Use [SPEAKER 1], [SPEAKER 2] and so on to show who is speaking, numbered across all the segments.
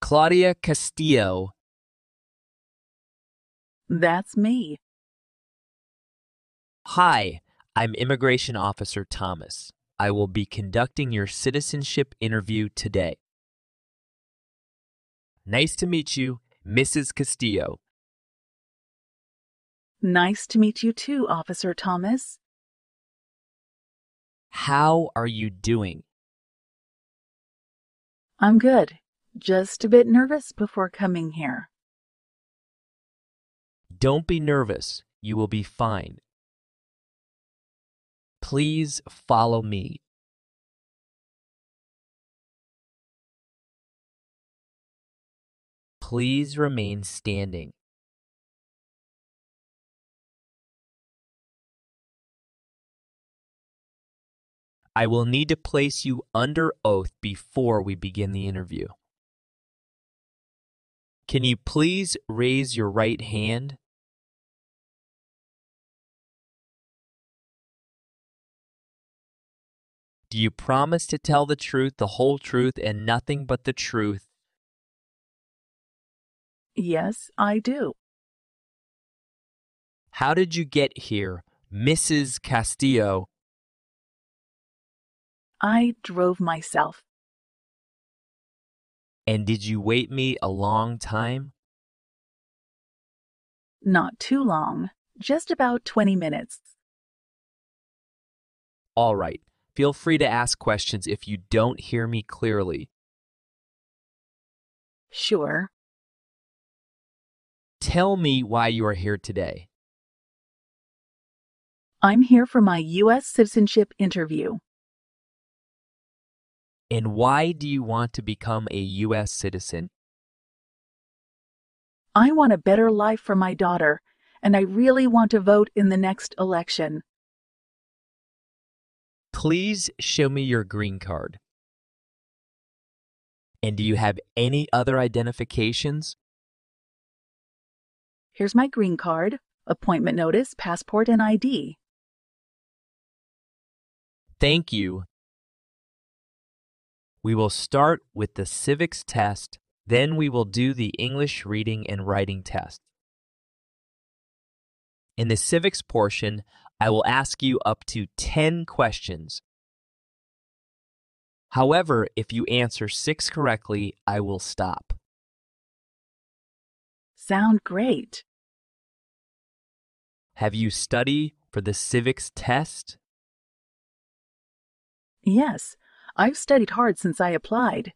[SPEAKER 1] Claudia Castillo.
[SPEAKER 2] That's me.
[SPEAKER 1] Hi, I'm Immigration Officer Thomas. I will be conducting your citizenship interview today. Nice to meet you, Mrs. Castillo.
[SPEAKER 2] Nice to meet you too, Officer Thomas.
[SPEAKER 1] How are you doing?
[SPEAKER 2] I'm good. Just a bit nervous before coming here.
[SPEAKER 1] Don't be nervous. You will be fine. Please follow me. Please remain standing. I will need to place you under oath before we begin the interview. Can you please raise your right hand? Do you promise to tell the truth, the whole truth, and nothing but the truth?
[SPEAKER 2] Yes, I do.
[SPEAKER 1] How did you get here, Mrs. Castillo?
[SPEAKER 2] I drove myself.
[SPEAKER 1] And did you wait me a long time?
[SPEAKER 2] Not too long, just about 20 minutes.
[SPEAKER 1] All right. Feel free to ask questions if you don't hear me clearly.
[SPEAKER 2] Sure.
[SPEAKER 1] Tell me why you are here today.
[SPEAKER 2] I'm here for my U.S. citizenship interview.
[SPEAKER 1] And why do you want to become a U.S. citizen?
[SPEAKER 2] I want a better life for my daughter, and I really want to vote in the next election.
[SPEAKER 1] Please show me your green card. And do you have any other identifications?
[SPEAKER 2] Here's my green card, appointment notice, passport, and ID.
[SPEAKER 1] Thank you. We will start with the civics test, then we will do the English reading and writing test. In the civics portion, I will ask you up to 10 questions. However, if you answer six correctly, I will stop.
[SPEAKER 2] Sound great.
[SPEAKER 1] Have you studied for the civics test?
[SPEAKER 2] Yes, I've studied hard since I applied.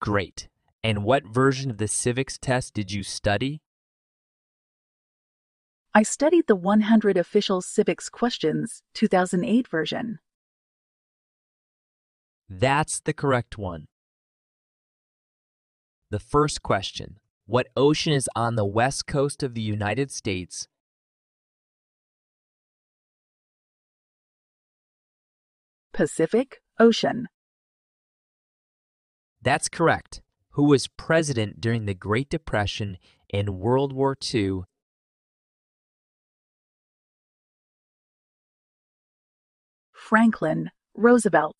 [SPEAKER 1] Great. And what version of the civics test did you study?
[SPEAKER 2] I studied the 100 Official Civics Questions 2008 version.
[SPEAKER 1] That's the correct one. The first question What ocean is on the west coast of the United States?
[SPEAKER 2] Pacific Ocean.
[SPEAKER 1] That's correct. Who was president during the Great Depression and World War II?
[SPEAKER 2] Franklin Roosevelt.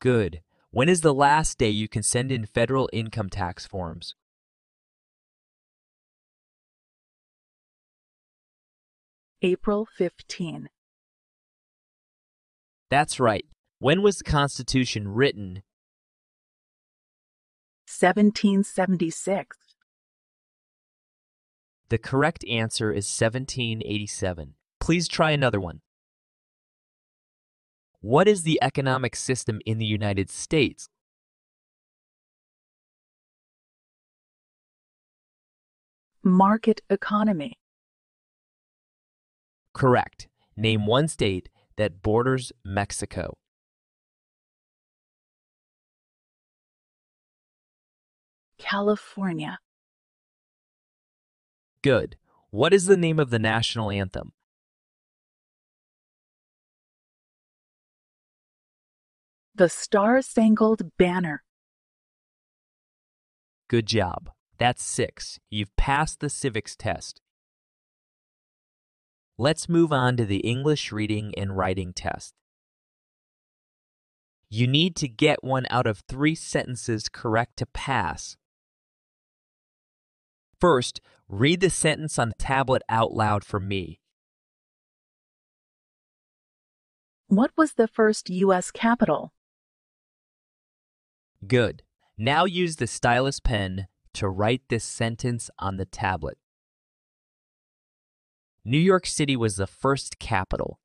[SPEAKER 1] Good. When is the last day you can send in federal income tax forms?
[SPEAKER 2] April 15.
[SPEAKER 1] That's right. When was the Constitution written?
[SPEAKER 2] 1776.
[SPEAKER 1] The correct answer is 1787. Please try another one. What is the economic system in the United States?
[SPEAKER 2] Market Economy.
[SPEAKER 1] Correct. Name one state that borders Mexico.
[SPEAKER 2] California.
[SPEAKER 1] Good. What is the name of the national anthem?
[SPEAKER 2] The Star Spangled Banner.
[SPEAKER 1] Good job. That's six. You've passed the civics test. Let's move on to the English reading and writing test. You need to get one out of three sentences correct to pass. First, read the sentence on the tablet out loud for me.
[SPEAKER 2] What was the first U.S. capital?
[SPEAKER 1] Good. Now use the stylus pen to write this sentence on the tablet. New York City was the first capital.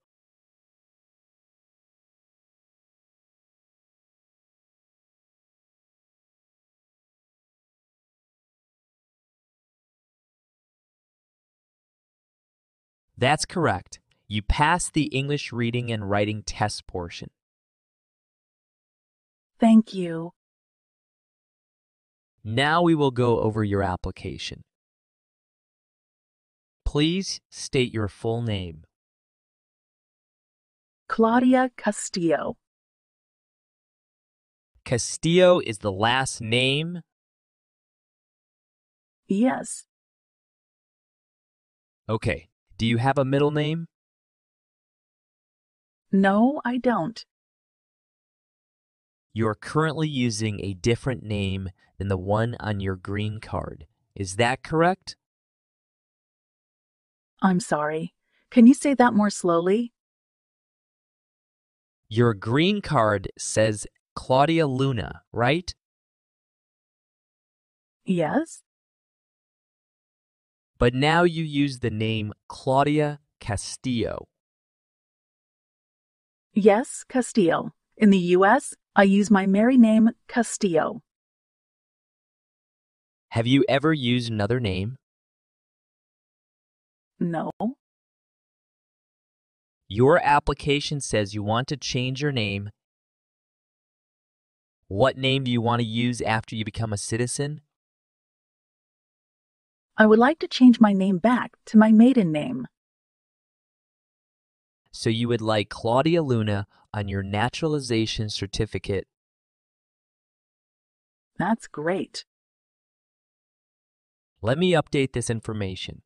[SPEAKER 1] That's correct. You passed the English reading and writing test portion.
[SPEAKER 2] Thank you.
[SPEAKER 1] Now we will go over your application. Please state your full name.
[SPEAKER 2] Claudia Castillo.
[SPEAKER 1] Castillo is the last name.
[SPEAKER 2] Yes.
[SPEAKER 1] Okay. Do you have a middle name?
[SPEAKER 2] No, I don't.
[SPEAKER 1] You are currently using a different name than the one on your green card. Is that correct?
[SPEAKER 2] I'm sorry. Can you say that more slowly?
[SPEAKER 1] Your green card says Claudia Luna, right?
[SPEAKER 2] Yes.
[SPEAKER 1] But now you use the name Claudia Castillo.
[SPEAKER 2] Yes, Castillo. In the U.S., I use my married name, Castillo.
[SPEAKER 1] Have you ever used another name?
[SPEAKER 2] No.
[SPEAKER 1] Your application says you want to change your name. What name do you want to use after you become a citizen?
[SPEAKER 2] I would like to change my name back to my maiden name.
[SPEAKER 1] So you would like Claudia Luna on your naturalization certificate.
[SPEAKER 2] That's great.
[SPEAKER 1] Let me update this information.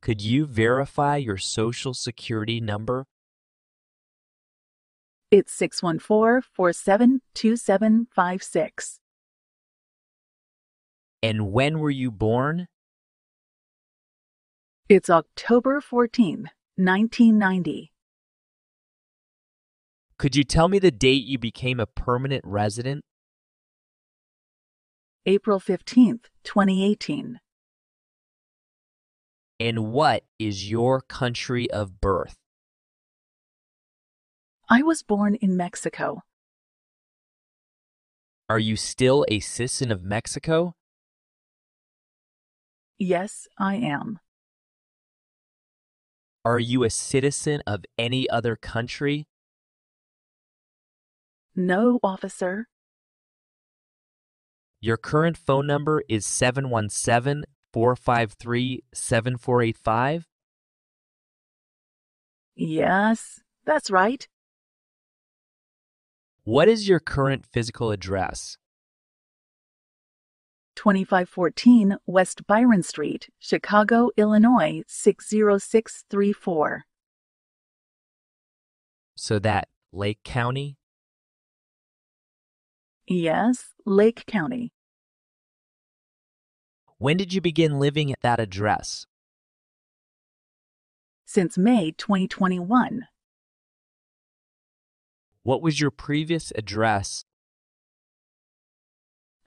[SPEAKER 1] Could you verify your social security number?
[SPEAKER 2] It's 614 472756.
[SPEAKER 1] And when were you born?
[SPEAKER 2] It's October 14, 1990.
[SPEAKER 1] Could you tell me the date you became a permanent resident?
[SPEAKER 2] April 15th, 2018.
[SPEAKER 1] And what is your country of birth?
[SPEAKER 2] I was born in Mexico.
[SPEAKER 1] Are you still a citizen of Mexico?
[SPEAKER 2] Yes, I am.
[SPEAKER 1] Are you a citizen of any other country?
[SPEAKER 2] No, officer.
[SPEAKER 1] Your current phone number is 717 453 7485.
[SPEAKER 2] Yes, that's right.
[SPEAKER 1] What is your current physical address?
[SPEAKER 2] 2514 West Byron Street, Chicago, Illinois 60634.
[SPEAKER 1] So that Lake County?
[SPEAKER 2] Yes, Lake County.
[SPEAKER 1] When did you begin living at that address?
[SPEAKER 2] Since May 2021.
[SPEAKER 1] What was your previous address?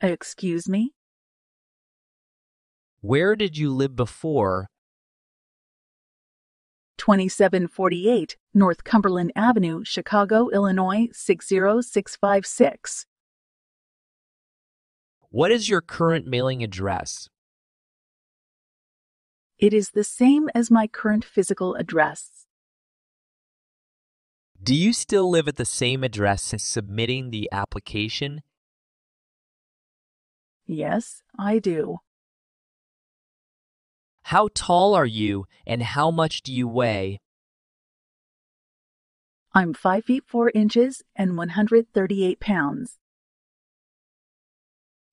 [SPEAKER 2] Excuse me?
[SPEAKER 1] Where did you live before?
[SPEAKER 2] 2748 North Cumberland Avenue, Chicago, Illinois 60656.
[SPEAKER 1] What is your current mailing address?
[SPEAKER 2] It is the same as my current physical address.
[SPEAKER 1] Do you still live at the same address since submitting the application?
[SPEAKER 2] Yes, I do.
[SPEAKER 1] How tall are you and how much do you weigh?
[SPEAKER 2] I'm 5 feet 4 inches and 138 pounds.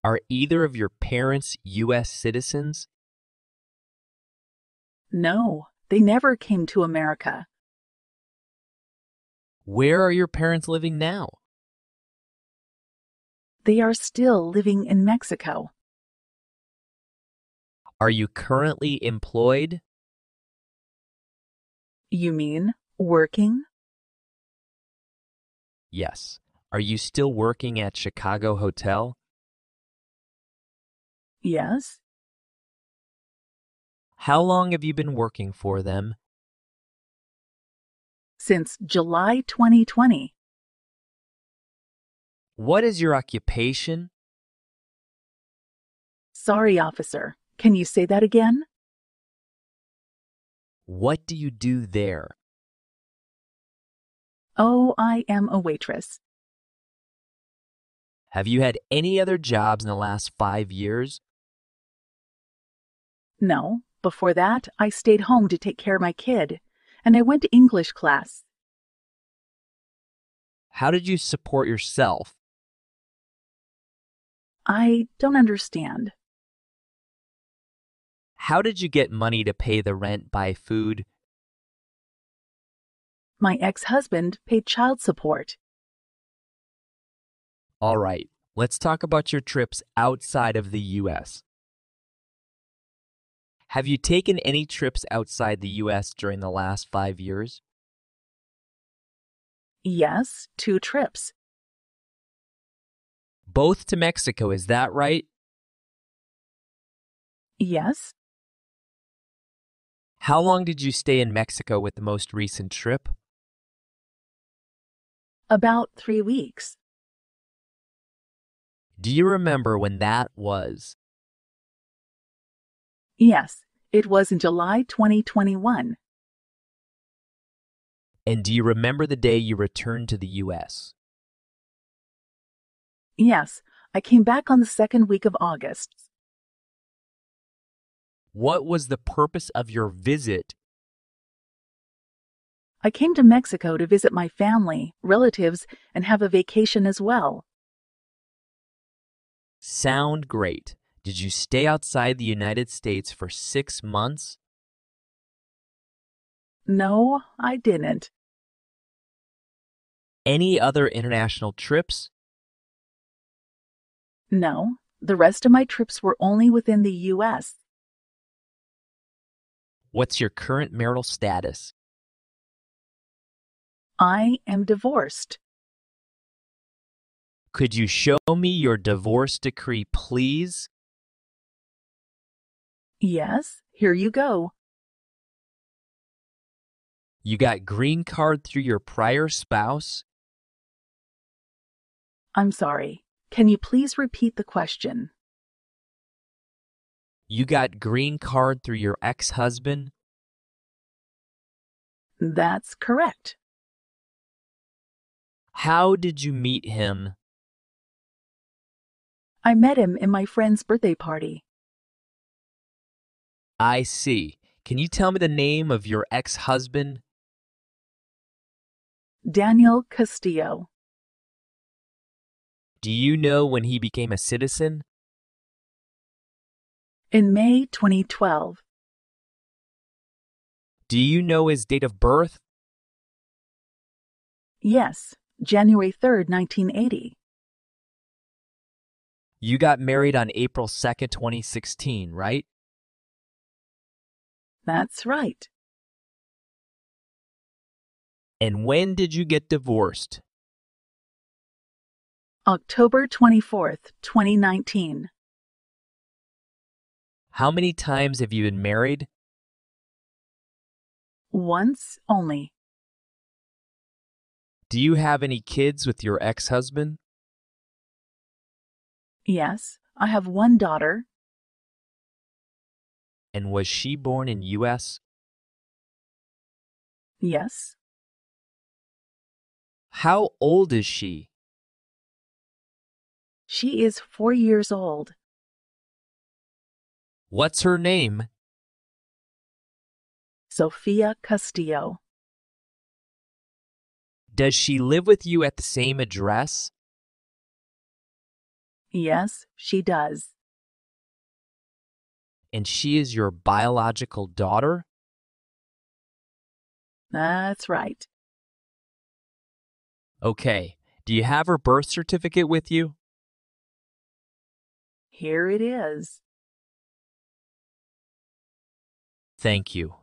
[SPEAKER 1] Are either of your parents U.S. citizens?
[SPEAKER 2] No, they never came to America.
[SPEAKER 1] Where are your parents living now?
[SPEAKER 2] They are still living in Mexico.
[SPEAKER 1] Are you currently employed?
[SPEAKER 2] You mean working?
[SPEAKER 1] Yes. Are you still working at Chicago Hotel?
[SPEAKER 2] Yes.
[SPEAKER 1] How long have you been working for them?
[SPEAKER 2] Since July 2020,
[SPEAKER 1] What is your occupation?
[SPEAKER 2] Sorry, officer. Can you say that again?
[SPEAKER 1] What do you do there?
[SPEAKER 2] Oh, I am a waitress.
[SPEAKER 1] Have you had any other jobs in the last five years?
[SPEAKER 2] No, before that, I stayed home to take care of my kid, and I went to English class.
[SPEAKER 1] How did you support yourself?
[SPEAKER 2] I don't understand.
[SPEAKER 1] How did you get money to pay the rent, buy food?
[SPEAKER 2] My ex husband paid child support.
[SPEAKER 1] All right, let's talk about your trips outside of the U.S. Have you taken any trips outside the U.S. during the last five years?
[SPEAKER 2] Yes, two trips.
[SPEAKER 1] Both to Mexico, is that right?
[SPEAKER 2] Yes,
[SPEAKER 1] How long did you stay in Mexico with the most recent trip?
[SPEAKER 2] about three weeks.
[SPEAKER 1] Do you remember when that was?
[SPEAKER 2] Yes, it was in July 2021.
[SPEAKER 1] And do you remember the day you returned to the U.S.?
[SPEAKER 2] Yes, I came back on the second week of August.
[SPEAKER 1] What was the purpose of your visit?
[SPEAKER 2] I came to Mexico to visit my family, relatives, and have a vacation as well.
[SPEAKER 1] Sound great. Did you stay outside the United States for six months?
[SPEAKER 2] No, I didn't.
[SPEAKER 1] Any other international trips?
[SPEAKER 2] No, the rest of my trips were only within the U.S.
[SPEAKER 1] What's your current marital status?
[SPEAKER 2] I am divorced.
[SPEAKER 1] Could you show me your divorce decree, please?
[SPEAKER 2] Yes, here you go.
[SPEAKER 1] You got green card through your prior spouse?
[SPEAKER 2] I'm sorry. Can you please repeat the question?
[SPEAKER 1] You got green card through your ex husband?
[SPEAKER 2] That's correct.
[SPEAKER 1] How did you meet him?
[SPEAKER 2] I met him in my friend's birthday party.
[SPEAKER 1] I see. Can you tell me the name of your ex husband?
[SPEAKER 2] Daniel Castillo.
[SPEAKER 1] Do you know when he became a citizen?
[SPEAKER 2] In May 2012,
[SPEAKER 1] Do you know his date of birth?
[SPEAKER 2] yes, January 3rd, 1980.
[SPEAKER 1] You got married on April 2nd, 2016, right?
[SPEAKER 2] That's right.
[SPEAKER 1] And when did you get divorced?
[SPEAKER 2] October 24th, 2019.
[SPEAKER 1] How many times have you been married?
[SPEAKER 2] Once only.
[SPEAKER 1] Do you have any kids with your ex husband?
[SPEAKER 2] Yes, I have one daughter.
[SPEAKER 1] And was she born in US?
[SPEAKER 2] Yes,
[SPEAKER 1] How old is she?
[SPEAKER 2] she is four years old.
[SPEAKER 1] What's her name?
[SPEAKER 2] Sofia Castillo.
[SPEAKER 1] Does she live with you at the same address?
[SPEAKER 2] Yes, she does.
[SPEAKER 1] And she is your biological daughter?
[SPEAKER 2] That's right.
[SPEAKER 1] Okay, do you have her birth certificate with you?
[SPEAKER 2] Here it is.
[SPEAKER 1] Thank you.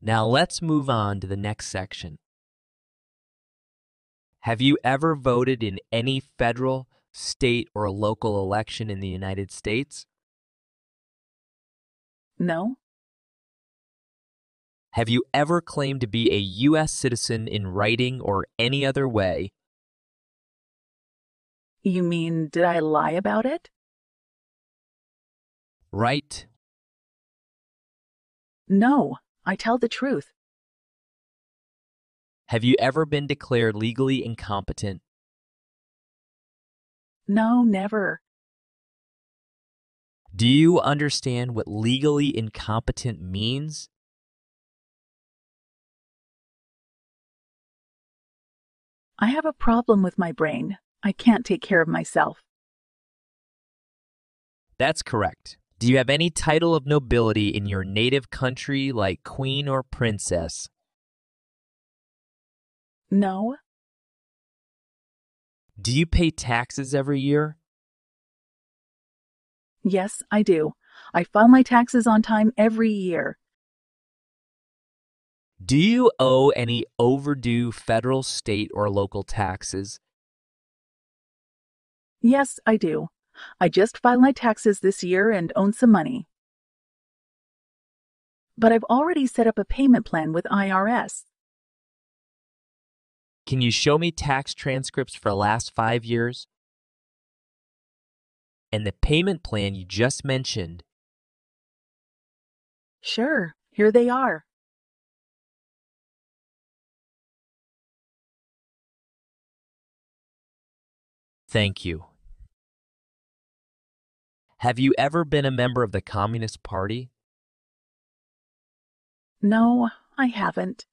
[SPEAKER 1] Now let's move on to the next section. Have you ever voted in any federal, state, or local election in the United States?
[SPEAKER 2] No,
[SPEAKER 1] Have you ever claimed to be a U.S. citizen in writing or any other way?
[SPEAKER 2] you mean did I lie about it?
[SPEAKER 1] Right?
[SPEAKER 2] No, I tell the truth.
[SPEAKER 1] Have you ever been declared legally incompetent?
[SPEAKER 2] No, never.
[SPEAKER 1] Do you understand what legally incompetent means?
[SPEAKER 2] I have a problem with my brain. I can't take care of myself.
[SPEAKER 1] That's correct. Do you have any title of nobility in your native country like queen or princess?
[SPEAKER 2] No,
[SPEAKER 1] Do you pay taxes every year?
[SPEAKER 2] yes, I do. I file my taxes on time every year.
[SPEAKER 1] Do you owe any overdue federal, state, or local taxes?
[SPEAKER 2] Yes, I do. I just filed my taxes this year and own some money. But I've already set up a payment plan with IRS.
[SPEAKER 1] Can you show me tax transcripts for the last five years? And the payment plan you just mentioned.
[SPEAKER 2] Sure, here they are.
[SPEAKER 1] Thank you. Have you ever been a member of the Communist Party?
[SPEAKER 2] No, I haven't.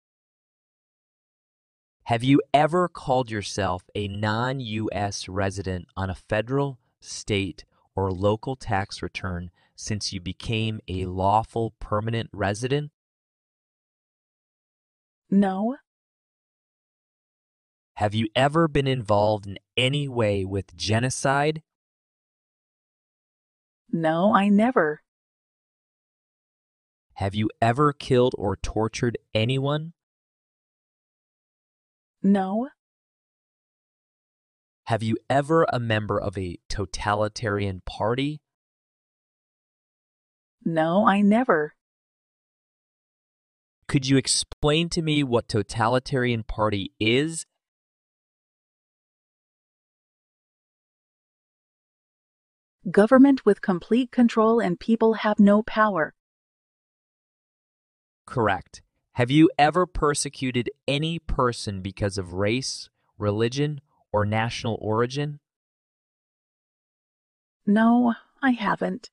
[SPEAKER 1] Have you ever called yourself a non U.S. resident on a federal, state, or local tax return since you became a lawful permanent resident?
[SPEAKER 2] No,
[SPEAKER 1] Have you ever been involved in any way with genocide?
[SPEAKER 2] no, I never.
[SPEAKER 1] Have you ever killed or tortured anyone?
[SPEAKER 2] No,
[SPEAKER 1] Have you ever a member of a totalitarian party?
[SPEAKER 2] no, I never.
[SPEAKER 1] Could you explain to me what totalitarian party is?
[SPEAKER 2] Government with complete control and people have no power.
[SPEAKER 1] Correct. Have you ever persecuted any person because of race, religion, or national origin?
[SPEAKER 2] No, I haven't.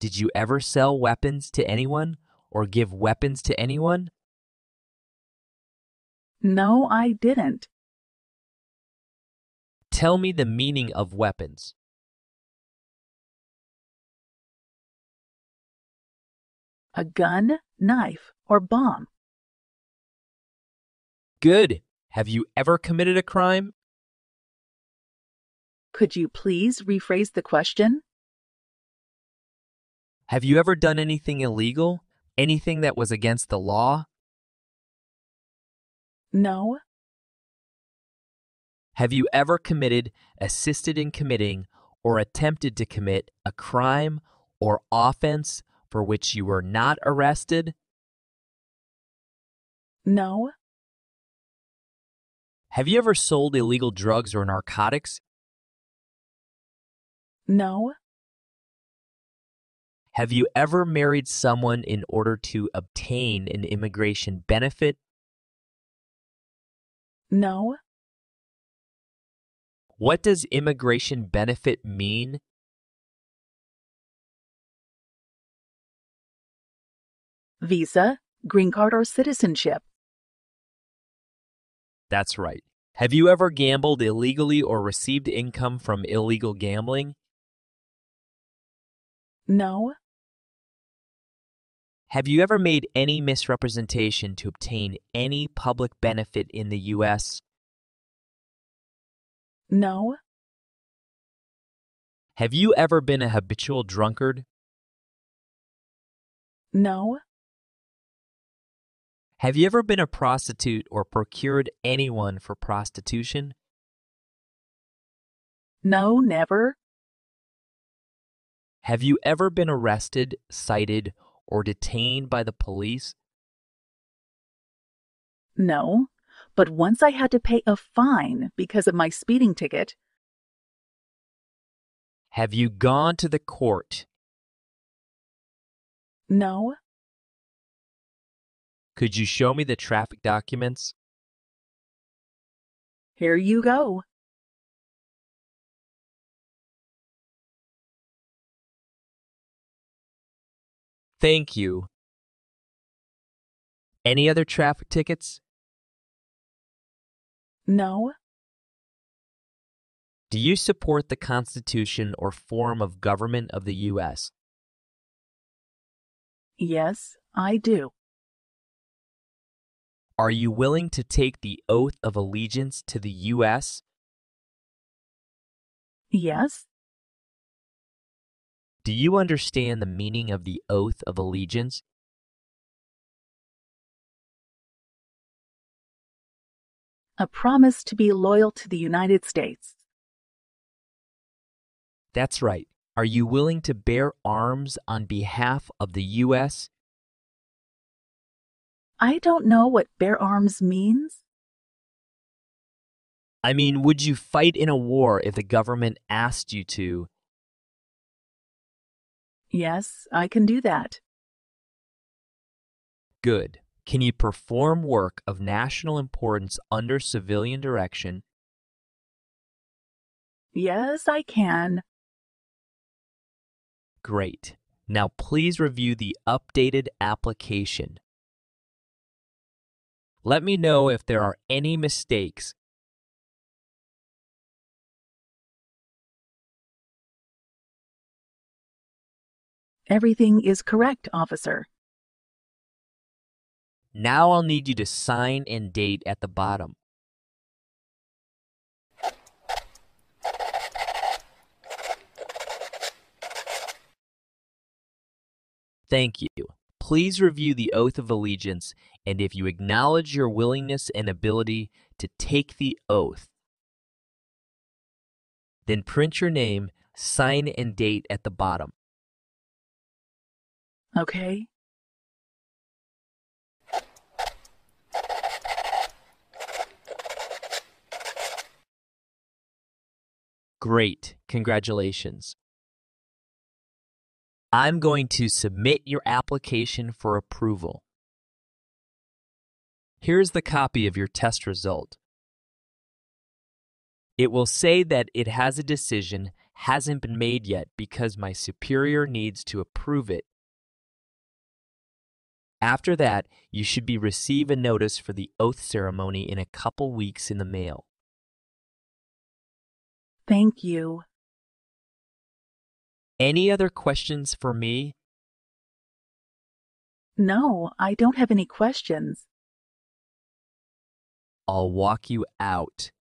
[SPEAKER 1] Did you ever sell weapons to anyone or give weapons to anyone?
[SPEAKER 2] No, I didn't.
[SPEAKER 1] Tell me the meaning of weapons.
[SPEAKER 2] A gun, knife, or bomb.
[SPEAKER 1] Good. Have you ever committed a crime?
[SPEAKER 2] Could you please rephrase the question?
[SPEAKER 1] Have you ever done anything illegal? Anything that was against the law?
[SPEAKER 2] No,
[SPEAKER 1] Have you ever committed, assisted in committing, or attempted to commit a crime or offense for which you were not arrested?
[SPEAKER 2] no,
[SPEAKER 1] Have you ever sold illegal drugs or narcotics?
[SPEAKER 2] no,
[SPEAKER 1] Have you ever married someone in order to obtain an immigration benefit?
[SPEAKER 2] no.
[SPEAKER 1] What does immigration benefit mean?
[SPEAKER 2] Visa, green card, or citizenship.
[SPEAKER 1] That's right. Have you ever gambled illegally or received income from illegal gambling?
[SPEAKER 2] No,
[SPEAKER 1] Have you ever made any misrepresentation to obtain any public benefit in the U.S.?
[SPEAKER 2] No,
[SPEAKER 1] Have you ever been a habitual drunkard?
[SPEAKER 2] no,
[SPEAKER 1] Have you ever been a prostitute or procured anyone for prostitution?
[SPEAKER 2] no, never,
[SPEAKER 1] Have you ever been arrested, cited, or detained by the police?
[SPEAKER 2] no. But once I had to pay a fine because of my speeding ticket.
[SPEAKER 1] Have you gone to the court?
[SPEAKER 2] No,
[SPEAKER 1] Could you show me the traffic documents?
[SPEAKER 2] here you go.
[SPEAKER 1] Thank you. Any other traffic tickets?
[SPEAKER 2] No,
[SPEAKER 1] Do you support the Constitution or form of government of the U.S.?
[SPEAKER 2] yes, I do.
[SPEAKER 1] Are you willing to take the oath of allegiance to the U.S.?
[SPEAKER 2] Yes,
[SPEAKER 1] Do you understand the meaning of the oath of allegiance?
[SPEAKER 2] a promise to be loyal to the United States.
[SPEAKER 1] That's right. Are you willing to bear arms on behalf of the U.S.?
[SPEAKER 2] I don't know what bear arms means.
[SPEAKER 1] I mean, would you fight in a war if the government asked you to?
[SPEAKER 2] Yes, I can do that.
[SPEAKER 1] Good. Can you perform work of national importance under civilian direction?
[SPEAKER 2] Yes, I can.
[SPEAKER 1] Great. Now please review the updated application. Let me know if there are any mistakes
[SPEAKER 2] Everything is correct, officer.
[SPEAKER 1] Now I'll need you to sign and date at the bottom. Thank you. Please review the oath of allegiance and if you acknowledge your willingness and ability to take the oath, then print your name, sign and date at the bottom.
[SPEAKER 2] Okay,
[SPEAKER 1] Great. Congratulations. I'm going to submit your application for approval. Here's the copy of your test result. It will say that it has a decision, hasn't been made yet because my superior needs to approve it. After that, you should be receive a notice for the oath ceremony in a couple weeks in the mail.
[SPEAKER 2] thank you.
[SPEAKER 1] Any other questions for me?
[SPEAKER 2] No, I don't have any questions.
[SPEAKER 1] I'll walk you out.